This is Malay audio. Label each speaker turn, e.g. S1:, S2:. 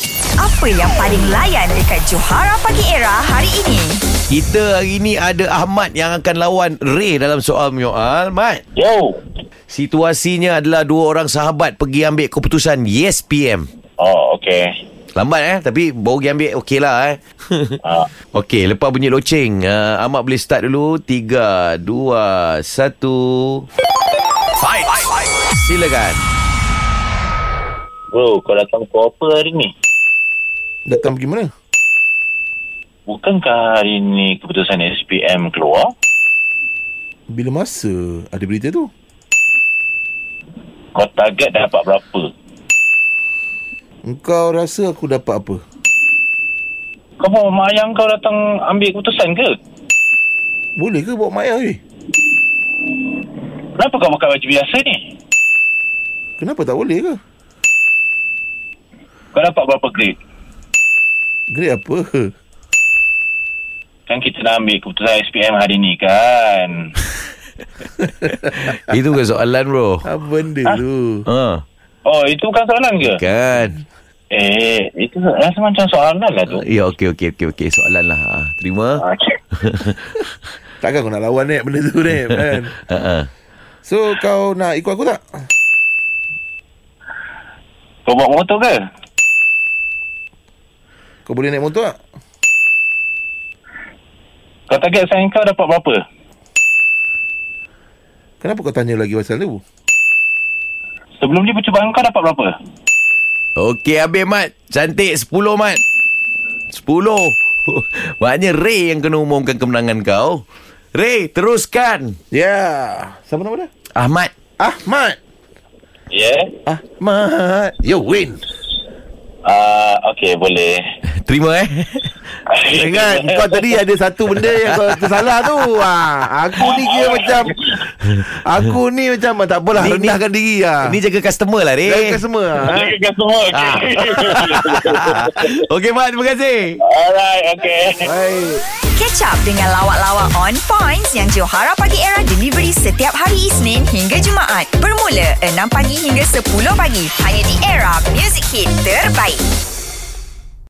S1: Siapa yang paling layan dekat Johara Pagi Era hari ini?
S2: Kita hari ni ada Ahmad yang akan lawan Ray dalam soal menyoal. Mat,
S3: Yo.
S2: situasinya adalah dua orang sahabat pergi ambil keputusan Yes PM.
S3: Oh, okey.
S2: Lambat eh, tapi baru pergi ambil okey lah eh.
S3: Ah,
S2: okey, lepas bunyi loceng. Uh, Ahmad boleh start dulu. Tiga, dua, satu. Fight! Silakan.
S3: bro, kau datang ke apa hari ni?
S4: Datang pergi mana?
S3: Bukankah hari ni keputusan SPM keluar?
S4: Bila masa ada berita tu?
S3: Kau target dapat berapa?
S4: Engkau rasa aku dapat apa?
S3: Kau bawa mak ayah kau datang ambil keputusan ke?
S4: Boleh ke bawa Maya eh? weh?
S3: Kenapa kau pakai baju biasa ni?
S4: Kenapa tak boleh ke?
S3: Kau dapat berapa grade?
S4: Grade apa?
S3: Kan kita dah ambil keputusan SPM hari ni kan?
S2: Itu bukan soalan bro.
S4: Apa benda tu?
S2: Ha,
S3: Oh, itu bukan soalan ke?
S2: kan.
S3: Eh, itu rasa macam soalan lah tu. Ah,
S2: Ya, okey, okey, okey, okey. Soalan lah. Ha, terima.
S3: Okey.
S4: Takkan kau nak lawan Nep benda tu Nep kan?
S2: Ha, ha.
S4: So kau nak ikut aku tak?
S3: Kau bawa motor ke?
S4: Kau boleh naik motor tak?
S3: Kau target sains kau dapat berapa?
S4: Kenapa kau tanya lagi pasal tu?
S3: Sebelum ni percubaan kau dapat berapa?
S2: Okey habis Mat Cantik 10 Mat 10 Maknanya Ray yang kena umumkan kemenangan kau Ray teruskan Ah,
S4: Ya. Yeah. Siapa nama dia?
S2: Ahmad
S4: Ahmad.
S3: Ya. Yeah.
S4: Ahmad. You win.
S3: Uh, okey, boleh.
S2: Terima eh
S4: Ingat kau tadi ada satu benda yang kau tersalah tu. Ha, aku ni kira macam aku ni macam ah, tak apalah
S2: Ni- ni-
S4: rendahkan diri ah.
S2: Ini jaga customer lah
S4: Jaga
S2: Ray
S4: semua ah.
S3: Okay, guys semua. Okay.
S2: Ah. Okey Mat terima kasih
S3: Alright, okay.
S4: Baik.
S1: Catch up dengan lawak-lawak on points yang Johara Pagi Era delivery setiap hari Isnin hingga Jumaat. Bermula 6 pagi hingga 10 pagi. Hanya di Era Music Hit Terbaik.